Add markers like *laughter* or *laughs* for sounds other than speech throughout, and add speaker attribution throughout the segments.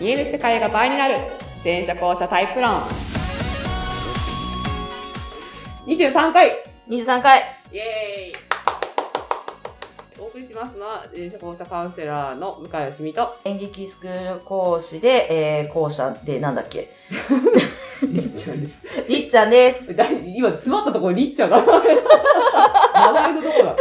Speaker 1: 見える世界が倍になる全社交差タイプ論23回
Speaker 2: 23回
Speaker 1: イエーイお送りしますのは全社交差カウンセラーの向井よしみと
Speaker 2: 演劇スクール講師で、えー、校舎でなんだっけ
Speaker 1: りっちゃんです
Speaker 2: りっちゃんです。
Speaker 1: だい今詰まったところりっち
Speaker 2: *laughs*
Speaker 1: ゃんが名前のところが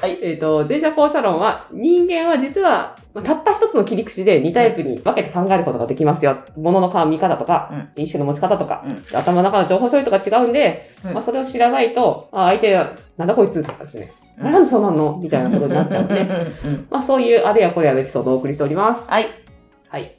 Speaker 2: はい。
Speaker 1: えっ、と、前者後者論は、人間は実は、まあたった一つの切り口で2タイプに分けて考えることができますよ。物の見方とか、意識の持ち方とか、
Speaker 2: うん
Speaker 1: 頭の中の情報処理とか違うんで、
Speaker 2: うん
Speaker 1: まあ、それを知らないと、あ相手が、なんだこいつとかですね、
Speaker 2: うん
Speaker 1: なんでそうなんのみたいなことになっちゃうん
Speaker 2: *laughs*
Speaker 1: で、
Speaker 2: うんうんうん
Speaker 1: まあ、そういうあれやこれやのエピソードをお送りしております。
Speaker 2: はい。
Speaker 1: はい。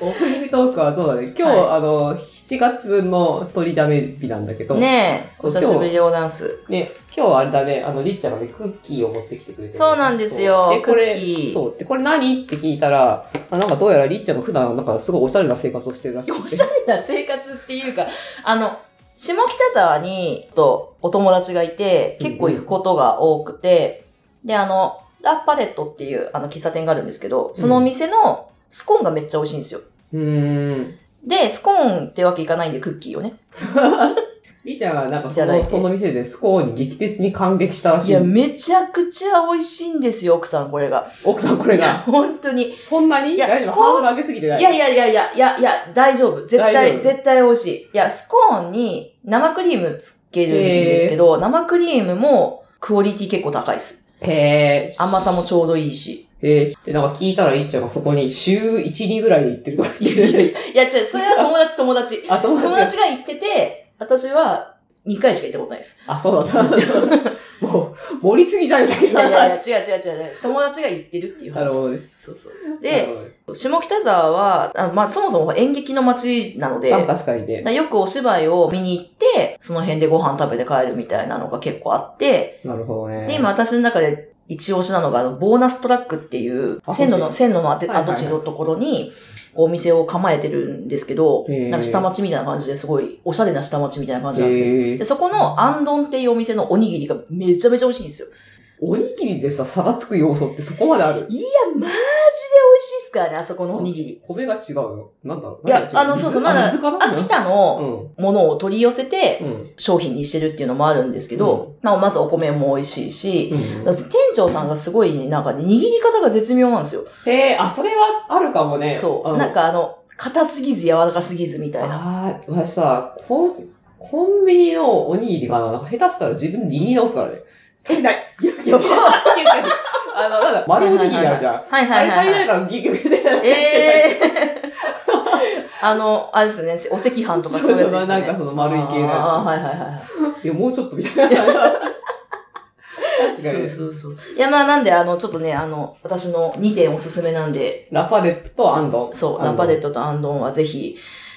Speaker 1: オープニングトークはそうだね。今日、
Speaker 2: は
Speaker 1: あの、7月分の取りだめ日なんだけど、
Speaker 2: ねえ、
Speaker 1: そう
Speaker 2: お久しぶりでございます。
Speaker 1: ね、今日はあれだね、あの、りっちゃんがね、クッキーを持ってきてくれてる
Speaker 2: そうなんです
Speaker 1: そ
Speaker 2: よ
Speaker 1: うで、これ、
Speaker 2: クッキー
Speaker 1: そう。で、これ何って聞いたら、あなんかどうやらりっちゃんが普段、なんかすごいおしゃれな生活をしてるらしく
Speaker 2: お
Speaker 1: て
Speaker 2: し。ゃれな生活っていうか、あの、下北沢に、と、お友達がいて、結構行くことが多くて、で、あの、ラ・パレットっていう、あの、喫茶店があるんですけど、そのお店のスコーンがめっちゃ美味しいんですよ。
Speaker 1: うーん。
Speaker 2: で、スコーンってわけいかないんで、クッキーをね。
Speaker 1: りっちゃんがなんか
Speaker 2: い
Speaker 1: そ
Speaker 2: ただい
Speaker 1: の、
Speaker 2: て
Speaker 1: その店でスコーンに劇的に感激したら
Speaker 2: い
Speaker 1: しい
Speaker 2: や、。めちゃくちゃ美味しいんですよ、奥さん、これが。
Speaker 1: 奥さんこれが。
Speaker 2: *laughs* 本当に。
Speaker 1: そんなに
Speaker 2: いや
Speaker 1: 大丈夫
Speaker 2: こう
Speaker 1: ハードル上げすぎてないい
Speaker 2: やいやいやいや、いやいや、大丈夫。絶
Speaker 1: 大丈
Speaker 2: 対、
Speaker 1: 夫
Speaker 2: 絶対美味しい。いや、スコーンに生クリームつけるんですけど、生クリームもクオリティ結構高いです。
Speaker 1: へー。
Speaker 2: 甘さもちょうどいいし。
Speaker 1: へー。で、なんか聞いたらりっちゃんがそこに週1、2ぐらいで行ってるとか言ってる。
Speaker 2: いや、違う、それは友達友達。
Speaker 1: *laughs* あ、友達
Speaker 2: 友
Speaker 1: が
Speaker 2: 達が行ってて、私は2回しか行ったことないです。
Speaker 1: あ、そうだった。もう、盛りすぎじゃ *laughs* ない先
Speaker 2: いやいや
Speaker 1: が。
Speaker 2: いや、違う違う違う違う。友達が行ってるっていう
Speaker 1: なる
Speaker 2: 話。
Speaker 1: ほどね。
Speaker 2: そうそう。
Speaker 1: なる
Speaker 2: で、
Speaker 1: ほどね
Speaker 2: 下北沢は、あまあ、そもそも演劇の街なので、
Speaker 1: あ、確かにね。
Speaker 2: だよくお芝居を見に行って、その辺でご飯食べて帰るみたいなのが結構あって、
Speaker 1: なるほどね。
Speaker 2: で、今私の中で一押しなのが、あのボーナストラックっていう
Speaker 1: あ、
Speaker 2: 線路
Speaker 1: こっ
Speaker 2: の、線路のあて
Speaker 1: はいはいはい
Speaker 2: 跡地のところに、こうお店を構えてるんですけど、
Speaker 1: へー
Speaker 2: なんか下町みたいな感じですごい、おしゃれな下町みたいな感じなんですけど、
Speaker 1: え
Speaker 2: で
Speaker 1: ー、
Speaker 2: そこのアンドンっていうお店のおにぎりがめちゃめちゃ美味しいんですよ。
Speaker 1: おにぎりでさ、差がつく要素ってそこまである
Speaker 2: いや、マジで美味しいっすからね、あそこのおにぎり。
Speaker 1: 米が違うよ。なんだろう
Speaker 2: いや
Speaker 1: 何が違
Speaker 2: あのそうそうまだ
Speaker 1: 水かな
Speaker 2: 秋田
Speaker 1: う
Speaker 2: の
Speaker 1: ん。
Speaker 2: ものを取り寄せて
Speaker 1: うん。
Speaker 2: 商品にしてるっていうのもあるんですけど、まあまずお米も美味しいし、
Speaker 1: うん
Speaker 2: だから店長さんがすごい、なんかね、握り方が絶妙なんですよ。
Speaker 1: へえ、あ、それはあるかもね。
Speaker 2: そ
Speaker 1: あ
Speaker 2: う。
Speaker 1: の
Speaker 2: なんかあの、硬すぎず柔らかすぎずみたいな。
Speaker 1: あー、私さ、コン、コンビニのおにぎりかななんか下手したら自分で握り直すからね。足りない。いやいやいやいやいやあの、なんだ、丸おにぎりあるじゃん。
Speaker 2: はい
Speaker 1: あ
Speaker 2: はい
Speaker 1: れ
Speaker 2: は
Speaker 1: 足
Speaker 2: い、
Speaker 1: り
Speaker 2: は
Speaker 1: ない
Speaker 2: い。
Speaker 1: からギュギュギュ
Speaker 2: ええー。あの、あれですよね、お
Speaker 1: *laughs*
Speaker 2: 赤飯とかそういうやつです
Speaker 1: そう
Speaker 2: よね。
Speaker 1: そうなんかその丸い系のやつ
Speaker 2: あーはいはいはいはい。
Speaker 1: いや、もうちょっとみた
Speaker 2: *laughs*
Speaker 1: いな。確かに。
Speaker 2: そうそうそう。いや、まあなんで、あの、ちょっとね、あの、私の2点おすすめなんで、
Speaker 1: ラパレットとアンドン。ア
Speaker 2: そう、
Speaker 1: ンド
Speaker 2: ラ
Speaker 1: ン
Speaker 2: パデットとアンドンはぜひ、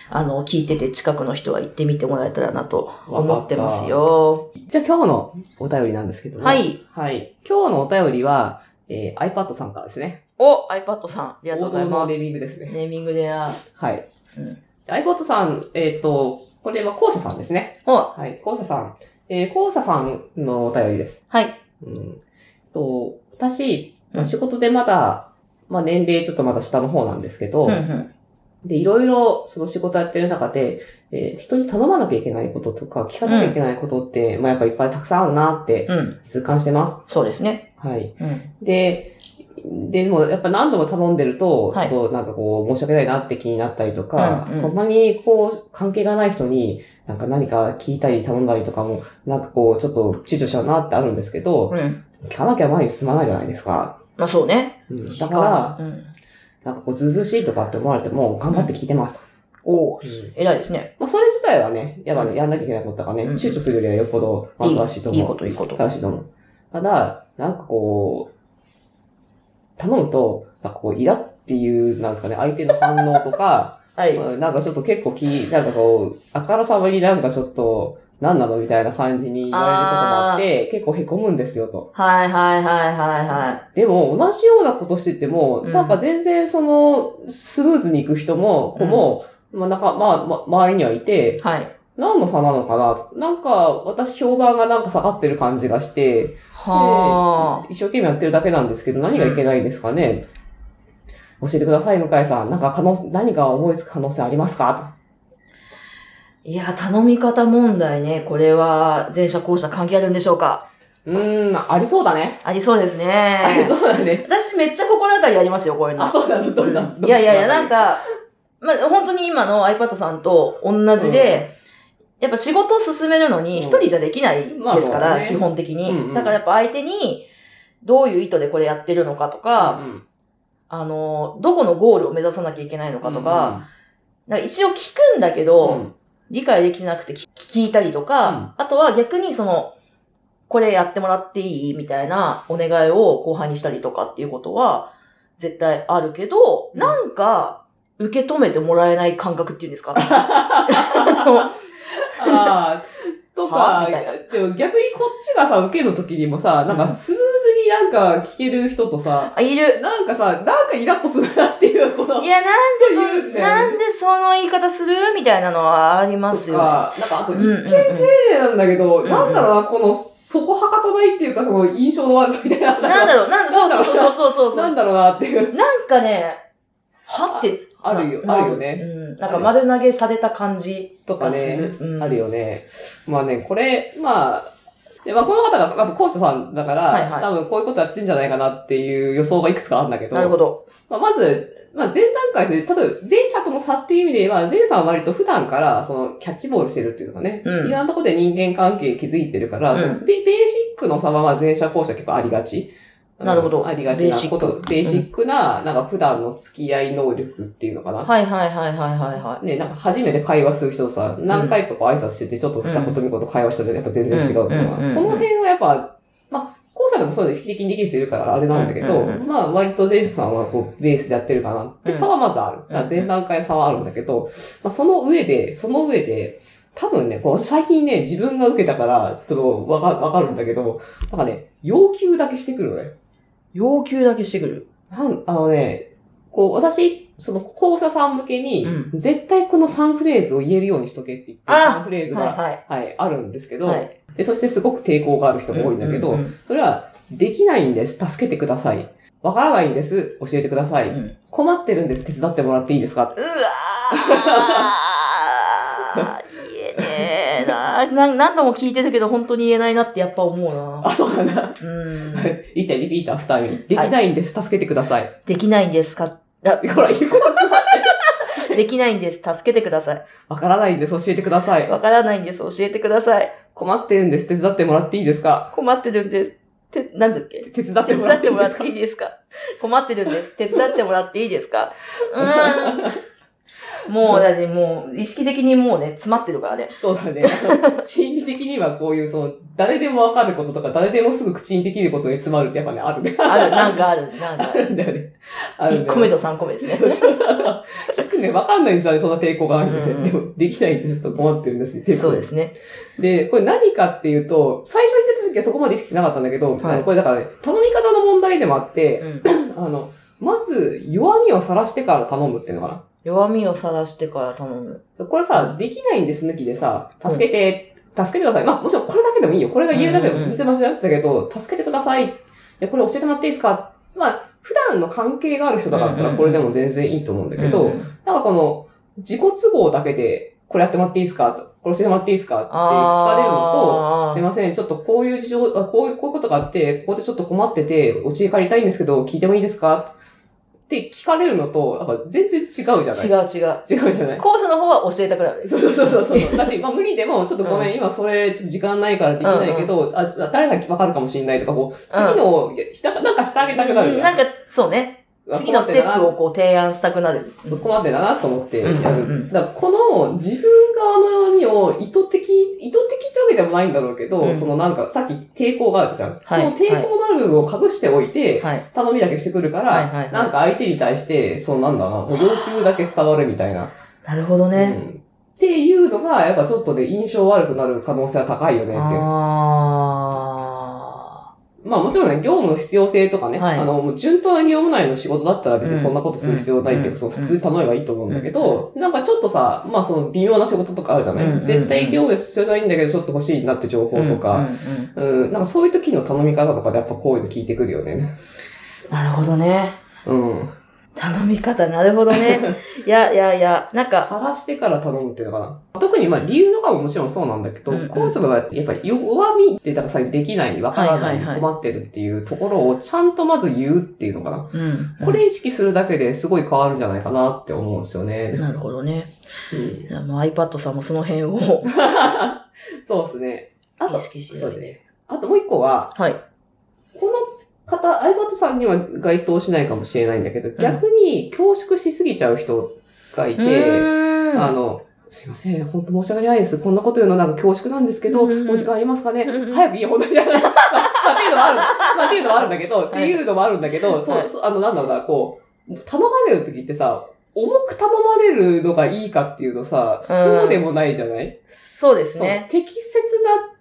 Speaker 2: あの、聞いてて近くの人は行ってみてもらえたらなと思ってますよ。
Speaker 1: じゃあ今日のお便りなんですけども。
Speaker 2: はい。
Speaker 1: はい。今日のお便りは、えー、iPad さんからですね。
Speaker 2: お、iPad さん、ありがとうござい
Speaker 1: 王道の
Speaker 2: ま
Speaker 1: ネ
Speaker 2: す。
Speaker 1: ーミングですね。
Speaker 2: ネーミングで、あ
Speaker 1: はい。
Speaker 2: うん、
Speaker 1: iPad さん、えっ、と、これは校舎さんですね。
Speaker 2: お、
Speaker 1: はい。校舎さん。えー、校舎さんのお便りです。
Speaker 2: はい。
Speaker 1: うん。と、私、ま
Speaker 2: う
Speaker 1: あ、
Speaker 2: ん
Speaker 1: 仕事でまだ、まあ、年齢ちょっとまだ下の方なんですけど、
Speaker 2: うんうん。
Speaker 1: で、いろいろその仕事やってる中で、えー人に頼まなきゃいけないこととか、聞かなきゃいけないことって、まあやっぱいっぱいたくさんあるなって
Speaker 2: うん。
Speaker 1: 痛感してます。
Speaker 2: そうですね。
Speaker 1: はい。
Speaker 2: うん。
Speaker 1: で、でもやっぱ何度も頼んでると、ちょ
Speaker 2: は
Speaker 1: っ
Speaker 2: い
Speaker 1: となんかこう、申し訳ないなって気になったりとか、
Speaker 2: うんうん
Speaker 1: そんなにこう、関係がない人に、なんか何か聞いたり頼んだりとかも、なんかこう、ちょっと躊躇しちゃうなってあるんですけど、
Speaker 2: うん。
Speaker 1: 聞かなきゃ前に進まないじゃないですか。
Speaker 2: まあそうね。
Speaker 1: うん、だから、
Speaker 2: うん。
Speaker 1: なんかこう、ずうずうしいとかって思われても、頑張って聞いてます。
Speaker 2: お
Speaker 1: うん
Speaker 2: お、偉いですね。
Speaker 1: まあ、それ自体はね、やっぱ
Speaker 2: う
Speaker 1: ね、
Speaker 2: ん
Speaker 1: やんなきゃいけないことだからね、
Speaker 2: うん
Speaker 1: 躊躇するよりはよっぽど、まあ
Speaker 2: いい
Speaker 1: 正しいと思う。
Speaker 2: いいこと、いいこと。
Speaker 1: 正しいと思う。ただ、なんかこう、頼むと、なんかこう、イラっていう、なんですかね、相手の反応と
Speaker 2: *laughs*
Speaker 1: か、
Speaker 2: はい。
Speaker 1: まあなんかちょっと結構気、なんかこう、あからさまになんかちょっと、何なのみたいな感じに言われることもあって、結構凹むんですよと。
Speaker 2: はいはいはいはいは
Speaker 1: でも、同じようなことしてても、
Speaker 2: うん
Speaker 1: なんか全然その、スムーズに行く人も、子も、まあなんか、まあ、ま周りにはいて
Speaker 2: い。、はい。
Speaker 1: 何の差なのかなとなんか、私評判がなんか下がってる感じがして、
Speaker 2: は
Speaker 1: 一生懸命やってるだけなんですけど、何がいけないんですかね。教えてください、向井さん。なんか可能、何か思いつく可能性ありますか
Speaker 2: いや、頼み方問題ね。これは、前者後者関係あるんでしょうか
Speaker 1: と。うーん、ありそうだね。
Speaker 2: ありそうです
Speaker 1: あり
Speaker 2: ね。
Speaker 1: そうだね。
Speaker 2: 私めっちゃ心当たりありますよ、こういうの
Speaker 1: あ、。そうだね、どんな。
Speaker 2: いやいやいや、なん
Speaker 1: か、
Speaker 2: か、まあ、本当に今の iPad さんと同じで、やっぱ仕事を進めるの
Speaker 1: うん
Speaker 2: に一人じゃできない
Speaker 1: まあ
Speaker 2: ですから、
Speaker 1: そうね
Speaker 2: 基本的に、
Speaker 1: うんうん
Speaker 2: だからやっぱ相手に、どういう意図でこれやってるのかとか、
Speaker 1: うん
Speaker 2: あの、どこのゴールを目指さなきゃいけないのかとか、、なんか一応聞くんだけ
Speaker 1: うん
Speaker 2: ど、
Speaker 1: うん
Speaker 2: 理解できなくて聞聞いたりとか、あとは逆にその、これやってもらっていいみたいなお願いを後輩にしたりとかっていうことは絶対あるけど、
Speaker 1: うん
Speaker 2: なんか受け止めてもらえない感覚っていうんで
Speaker 1: *laughs*
Speaker 2: すかあ
Speaker 1: ああ、と
Speaker 2: は
Speaker 1: か
Speaker 2: みたい、
Speaker 1: でも逆にこっちがさ、受けの時にもさ、なんかスムーズになんか聞ける人とさ、
Speaker 2: のいる。
Speaker 1: なんかさ、なんかイラッとするなっていう、この
Speaker 2: い、や、なん
Speaker 1: いるん
Speaker 2: でそ、
Speaker 1: だよね
Speaker 2: なんでその言い方するみたいなのはあります
Speaker 1: と
Speaker 2: よ。ね
Speaker 1: か、なんかあと、
Speaker 2: う
Speaker 1: 丁
Speaker 2: んうんうん
Speaker 1: 寧なんだけど、
Speaker 2: んうん
Speaker 1: なんだろうな、この、そこはかとないっていうか、その印象の悪さみたいな。
Speaker 2: なんだろう、なんだ、そうそうそうそうそうそ
Speaker 1: な
Speaker 2: う。
Speaker 1: んだろうなっていう。
Speaker 2: なんかね、はって、
Speaker 1: あるよ、
Speaker 2: な
Speaker 1: あるよね。
Speaker 2: うん。なんか丸投げされた感じ
Speaker 1: とか
Speaker 2: がす
Speaker 1: ね
Speaker 2: る。。うん
Speaker 1: あるよね。まあね、これ、まあ、でまあ、この方が、やっぱ、講師さんだから、
Speaker 2: はいはい
Speaker 1: 多分こういうことやってんじゃないかなっていう予想がいくつかあるんだけど、
Speaker 2: なるほど。
Speaker 1: まあ、まず、まあ、前段階で、例えば前者との差っていう意味で言えば、前者は割と普段から、その、キャッチボールしてるっていうのがね、
Speaker 2: うん
Speaker 1: いろんなところで人間関係築いてるから、
Speaker 2: うん
Speaker 1: そのベベーシックの差はまあ前者後者結構ありがち。
Speaker 2: なるほど
Speaker 1: ありがちなこと、ベー
Speaker 2: ーシック
Speaker 1: シックな、なんか普段の付き合い能力っていうのかな。
Speaker 2: はいはいはいはいはいはい。
Speaker 1: ね、なんか初めて会話する人とさ、何回かこう挨拶してて、ちょっと二言三言会話したらやっぱ全然違うとか、
Speaker 2: うんうんうん
Speaker 1: その辺はやっぱ、まあ、後者でもそうで意識的にできる人いるからあれなんだけど、
Speaker 2: うんうんうん
Speaker 1: まあ割と前者さんはこうベースでやってるかなって
Speaker 2: うん
Speaker 1: 差はまずある。だから前段階差はあるんだけど、まあその上で、その上で、多分ね、こう最近ね、自分が受けたから、ちょっとわかわかるんだけど、なんかね、要求だけしてくるのね。
Speaker 2: 要求だけしてくる。
Speaker 1: なん、あのね、こう、私、その、校舎さん向けに、
Speaker 2: う
Speaker 1: 絶対この3フレーズを言えるようにしとけって言って、
Speaker 2: あ
Speaker 1: 3フレーズが、はい、
Speaker 2: は
Speaker 1: あるんですけ
Speaker 2: い
Speaker 1: ど、
Speaker 2: はい。
Speaker 1: で、そしてすごく抵抗がある人が多いんだけど、
Speaker 2: うううん
Speaker 1: それは、できないんです、助けてください。わからないんです、教えてください。
Speaker 2: うん
Speaker 1: 困ってるんです、手伝ってもらっていいですか
Speaker 2: うわー言えねえなな。何度も聞いてるけど、本当に言えないなってやっぱ思うな。
Speaker 1: あ、そうだな。
Speaker 2: うん。
Speaker 1: いいちゃん、リピーター2人。できないんです、助けてください。
Speaker 2: できないんですかあ
Speaker 1: ほら、言うこと
Speaker 2: できないんです。助けてください。
Speaker 1: わからないんです、教えてください。
Speaker 2: わからないんです。教えてください。
Speaker 1: 困ってるんです、手伝ってもらっていいですか
Speaker 2: 困ってるんです。て、なんだっけ
Speaker 1: 手伝って
Speaker 2: 手
Speaker 1: も
Speaker 2: 伝
Speaker 1: らっ
Speaker 2: って
Speaker 1: ていい
Speaker 2: もら
Speaker 1: で
Speaker 2: っ
Speaker 1: すか
Speaker 2: ていいですか困ってるんです。手伝ってもらっていいですかうーん。もう、だってもう、意識的にもうね、詰まってるからね。
Speaker 1: そうだね。あの心理的にはこういう、その、誰でもわかることとか、誰でもすぐ口にできることに詰まるってやっぱね、あるね。
Speaker 2: ある、なんかある、なんかあ
Speaker 1: あ
Speaker 2: る。
Speaker 1: るんだよね。あるん
Speaker 2: 1
Speaker 1: だ
Speaker 2: 個目
Speaker 1: よね。
Speaker 2: と3個目ですね。
Speaker 1: 結局ね、わかんないんですよね、そんな抵抗があるんで、
Speaker 2: うんうん
Speaker 1: でも、できないんですと困ってるんですっていう
Speaker 2: そうですね。
Speaker 1: で、これ何かっていうと、最初言ってた時はそこまで意識しなかったんだけど、
Speaker 2: はい
Speaker 1: これだからね、頼み方の問題でもあって、
Speaker 2: うん。
Speaker 1: あの、まず、弱みをさらしてから頼むっていうのかな。
Speaker 2: 弱みをさらしてから頼む。
Speaker 1: そうこれさ、できないんです抜きでさ、助けて、助けてください。まあ、もちろんこれだけでもいいよ。これが言えるだけでも全然マシだったけど、助けてください。いや、これ教えてもらっていいですかまあ、普段の関係がある人だった
Speaker 2: うんうんう
Speaker 1: ら
Speaker 2: ん
Speaker 1: これでも全然いいと思うんだけど、
Speaker 2: うん
Speaker 1: なんかこの、自己都合だけで、これやってもらっていいですかとこれ教えてもらっていいですかって聞かれるのと、
Speaker 2: あ
Speaker 1: すいません、ちょっとこういう事情、あこういう、こういうことがあって、ここでちょっと困ってて、お家借りたいんですけど、聞いてもいいですかって聞かれるのと、なんか全然違うじゃない
Speaker 2: ー違う違う。
Speaker 1: 違うじゃない
Speaker 2: 後者の方は教えたくなる。
Speaker 1: そうそう *laughs* そうそう。だし、まあ無理でも、ちょっとごめん、
Speaker 2: う
Speaker 1: 今それ、ちょっと時間ないからできないけど、あ誰がわかるかもしれないとか、こう、次のを、ひたなんかしてあげたくなる
Speaker 2: う
Speaker 1: じ
Speaker 2: ん
Speaker 1: ゃ
Speaker 2: なんんか、そうね。次のステップをこう提案したくなる。
Speaker 1: そこまでだなと思ってやる。
Speaker 2: うんうんうん
Speaker 1: だからこの自分側の弱みを意図的、意図的ってわけでもないんだろうけど、
Speaker 2: うん
Speaker 1: そのなんかさっき抵抗があるじゃん。
Speaker 2: はい
Speaker 1: その抵抗のある部分を隠しておいて、
Speaker 2: はい。
Speaker 1: 頼みだけしてくるから、
Speaker 2: はいはいはい
Speaker 1: なんか相手に対して、そうなんだな、もう要求だけ伝わるみたいな。
Speaker 2: なるほど
Speaker 1: う
Speaker 2: ね。
Speaker 1: んっていうのが、やっぱちょっとね、印象悪くなる可能性は高いよねっていう。
Speaker 2: あ
Speaker 1: まあもちろんね、業務の必要性とかね、
Speaker 2: はい
Speaker 1: あの、もう順当な業務内の仕事だったら別にそんなことする必要ないっていう
Speaker 2: うん
Speaker 1: か、その
Speaker 2: うん
Speaker 1: 普通に頼めばいいと思うんだけど、なんかちょっとさ、まあその微妙な仕事とかあるじゃな
Speaker 2: うん
Speaker 1: い絶対業務必要じゃないんだけど、ちょっと欲しいなって情
Speaker 2: ー
Speaker 1: 報と
Speaker 2: うん
Speaker 1: か、
Speaker 2: うんうん
Speaker 1: うん、なんかそういう時の頼み方とかでやっぱこういうの聞いてくるよね。
Speaker 2: なるほどね。
Speaker 1: うん。
Speaker 2: 頼み方、なるほどね。
Speaker 1: *laughs*
Speaker 2: いやいやいや、なんか、
Speaker 1: さらしてから頼むっていうのかな。特にまあ理由とかももちろんそうなんだけど、
Speaker 2: うんうん
Speaker 1: この人がやっぱり弱みってだからさ、できない、わからな
Speaker 2: はいはいはい
Speaker 1: い、困ってるっていうところをちゃんとまず言うっていうのかな。
Speaker 2: うん。
Speaker 1: これ意識するだけですごい変わるんじゃないかなって思うんですよ
Speaker 2: うん、
Speaker 1: ね。
Speaker 2: なるほどね。
Speaker 1: うん
Speaker 2: いやもう iPad さんもその辺を
Speaker 1: そうですね。あ
Speaker 2: 意
Speaker 1: と、
Speaker 2: 識してるね。
Speaker 1: あともう一個は、
Speaker 2: はい。
Speaker 1: この方、相葉さんには該当しないかもしれないんだけど、逆に恐縮しすぎちゃう人がいて、
Speaker 2: うーん
Speaker 1: あの、すいません、本当申し訳ないです。こんなこと言うのなんか恐縮なんですけど、
Speaker 2: うんうんうん
Speaker 1: お時間ありますかね、
Speaker 2: うんうん
Speaker 1: 早くいい本題じゃ
Speaker 2: *laughs*
Speaker 1: ない。まあ、まあっていうのもある。 *laughs* まあ、っていうのもあるんだけど、っていうのもあるんだけど、
Speaker 2: は
Speaker 1: そ、
Speaker 2: いう
Speaker 1: そう、あの、なんだろうな、こう、頼まれる時ってさ、重く頼まれるのがいいかっていうとさ、そうでもないじゃない、
Speaker 2: そうです
Speaker 1: そう
Speaker 2: ね。
Speaker 1: 適切な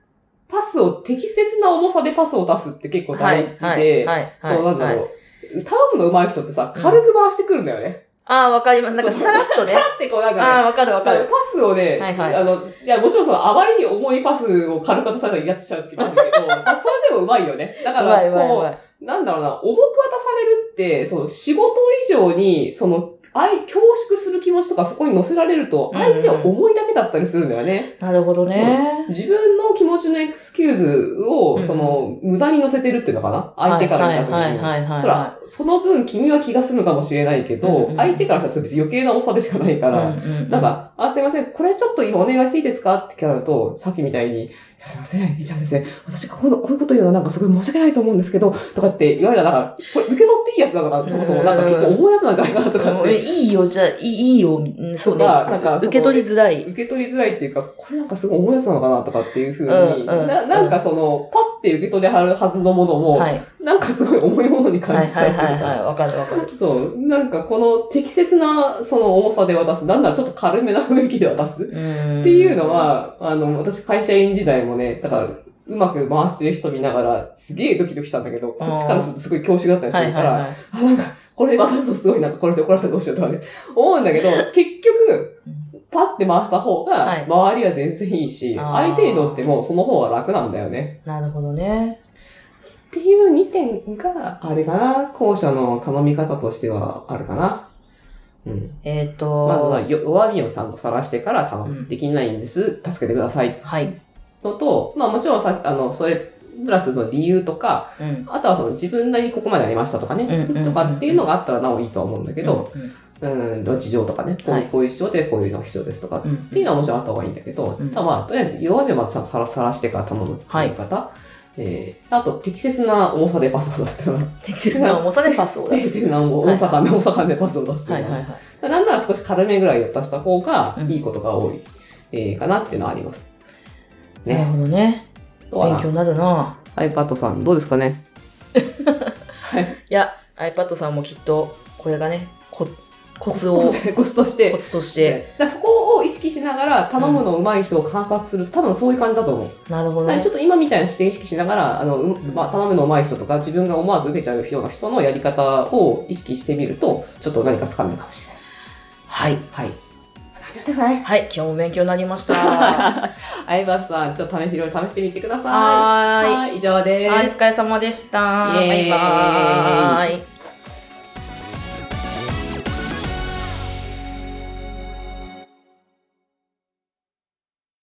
Speaker 1: パスを、適切な重さでパスを出すって結構
Speaker 2: はい
Speaker 1: 大事で、
Speaker 2: はい。はい。はい
Speaker 1: そうなんだろ。
Speaker 2: はいう
Speaker 1: 頼むの上手い人ってさ、軽く回してくるんだよね。
Speaker 2: ああ、わかります。なんかさらっとね
Speaker 1: *laughs* さ。らってこうなんかね、
Speaker 2: ああ、わかるわか
Speaker 1: パ
Speaker 2: る。
Speaker 1: スをね、
Speaker 2: はいはい
Speaker 1: あの、いや、もちろんその、あまりに重いパスを軽く渡されたらイラッとしちゃう時もあるんだ
Speaker 2: *laughs*
Speaker 1: けど、まあそれでもうまいよね。だか
Speaker 2: うまい
Speaker 1: ら、
Speaker 2: うまいう
Speaker 1: こ、
Speaker 2: まいう
Speaker 1: なんだろうな、重く渡されるって、その、仕事以上に、その、愛、恐縮する気持ちとかそこに乗せられると、
Speaker 2: うんうん
Speaker 1: 相手は重いだけだったりするんだよね。
Speaker 2: なるほどね。
Speaker 1: 自分の気持ちのエクスキューズ
Speaker 2: うんう
Speaker 1: を、
Speaker 2: ん
Speaker 1: その、無駄に乗せてるっていうのかな相手から見た時
Speaker 2: はい
Speaker 1: に。
Speaker 2: はいはいはい
Speaker 1: そら
Speaker 2: は、
Speaker 1: その分君は気が済むかもしれないけ
Speaker 2: うんうんう
Speaker 1: ど
Speaker 2: ん、
Speaker 1: 相手からしたら別に余計な重さでしかないか
Speaker 2: い。
Speaker 1: ら、
Speaker 2: うんうんうん
Speaker 1: なんか、あ、すいません、これちょっと今お願いしていいですかって聞かれると、さっきみたいに、いやすいません、えちゃん先生、私がこういうのこういうこと言うのなんかすごい申し訳ないと思うんですけど、とかって言われたら、なんかこれ受け取っていいやつなのかな、そもそもなんか結構重いやつなんじゃないかなとかっ
Speaker 2: うん
Speaker 1: て。
Speaker 2: いいよ、じゃあ、いいいいよ、うんそうね
Speaker 1: とかなんか。
Speaker 2: 受け取りづらい。
Speaker 1: 受け取りづらいっていうか、これなんかすごい重いやつなのかなとかっていうふうに、
Speaker 2: うんうん
Speaker 1: ななんかその、パッて受け取りはるはずのものも、
Speaker 2: はい。
Speaker 1: なんかすごい重いものに
Speaker 2: は
Speaker 1: 感
Speaker 2: い
Speaker 1: じちゃ
Speaker 2: は
Speaker 1: う
Speaker 2: い
Speaker 1: っていうか
Speaker 2: はいはい。わかるわかる。
Speaker 1: そう。なんかこの適切なその重さで渡す。なんならちょっと軽めな雰囲気で渡す。
Speaker 2: っ
Speaker 1: っていうの、は、あの、私会社員時代もね、だから、うまく回してる人見ながら、すげえドキドキしたんだけど、こっちからするとすごい恐縮だった
Speaker 2: は
Speaker 1: りす
Speaker 2: い
Speaker 1: る
Speaker 2: は
Speaker 1: か
Speaker 2: い
Speaker 1: ら、
Speaker 2: はい。
Speaker 1: あ、なんか、これ渡すとすごいなんかこれで怒られたらどうしようとかね、思うんだけど、結局
Speaker 2: う、
Speaker 1: パッて回した方
Speaker 2: は
Speaker 1: が
Speaker 2: い、
Speaker 1: 周りは全然いいし、
Speaker 2: あー
Speaker 1: 相手にとってもその方が楽なんだよね。
Speaker 2: なるほどね。
Speaker 1: っていう2点が、あれかな、後者の頼み方としてはあるかな。うん。
Speaker 2: えっ
Speaker 1: まずは
Speaker 2: と、
Speaker 1: 弱みをちゃんと晒してから頼む。できないんです。助けてください。
Speaker 2: はい。
Speaker 1: のと、まあもちろんさ、あの、それ、プラスの理由とか、
Speaker 2: うん。
Speaker 1: あとはその自分なりにここまでありましたとかね、
Speaker 2: うんうんうん
Speaker 1: とかっていうのがあったらなおいいとは思うんだけど、
Speaker 2: うん、
Speaker 1: うん、事情とかね、こう
Speaker 2: はいいう
Speaker 1: こういう事情でこういうのが必要ですとか、
Speaker 2: うん
Speaker 1: っていうのはもちろんあった方がいいんだけど、
Speaker 2: うん
Speaker 1: ただまあ、とりあえず弱みをまずさらさらしてから頼むっていう方、えー、あと適切な重さでパスを出すとか、
Speaker 2: 適切な重さでパスを出
Speaker 1: 適
Speaker 2: す。
Speaker 1: 切な重さ感で、重さ感でパスを出すとか、
Speaker 2: *laughs* はいはいはい。
Speaker 1: なんなら少し軽めぐらいを出した方がいいことが多い、えーかなっていうのはあります。
Speaker 2: なる
Speaker 1: ね。
Speaker 2: ほどね。
Speaker 1: どうかな
Speaker 2: 勉強になるな
Speaker 1: iPad さん、どうですかねはい。
Speaker 2: いや、iPad さんもきっと、これがね、こコ
Speaker 1: コツ
Speaker 2: ツを
Speaker 1: と、して、コツとして
Speaker 2: コ。ツとして。
Speaker 1: だからそこを意識しながら、頼むの上手い人を観察する、多分そういう感じだと思う。
Speaker 2: なるほど
Speaker 1: だから
Speaker 2: ね
Speaker 1: ち。ょっと今みたいな視点意識しながら、あの、うん
Speaker 2: うん
Speaker 1: まあ、頼むの上手い人とか、自分が思わず受けちゃうような人のやり方を意識してみると、ちょっと何か掴めるかもしれない。
Speaker 2: はい。
Speaker 1: はい。こんな感じですか *laughs* ね。
Speaker 2: はい、今日も勉強になりました。 *laughs* は
Speaker 1: はい、バスさん、ちょっと試し、いろいろ試してみてください。
Speaker 2: ーい。
Speaker 1: はい、以上です。
Speaker 2: はい、お疲れ様でした。
Speaker 1: イエー
Speaker 2: バイ
Speaker 1: イ
Speaker 2: バーイ。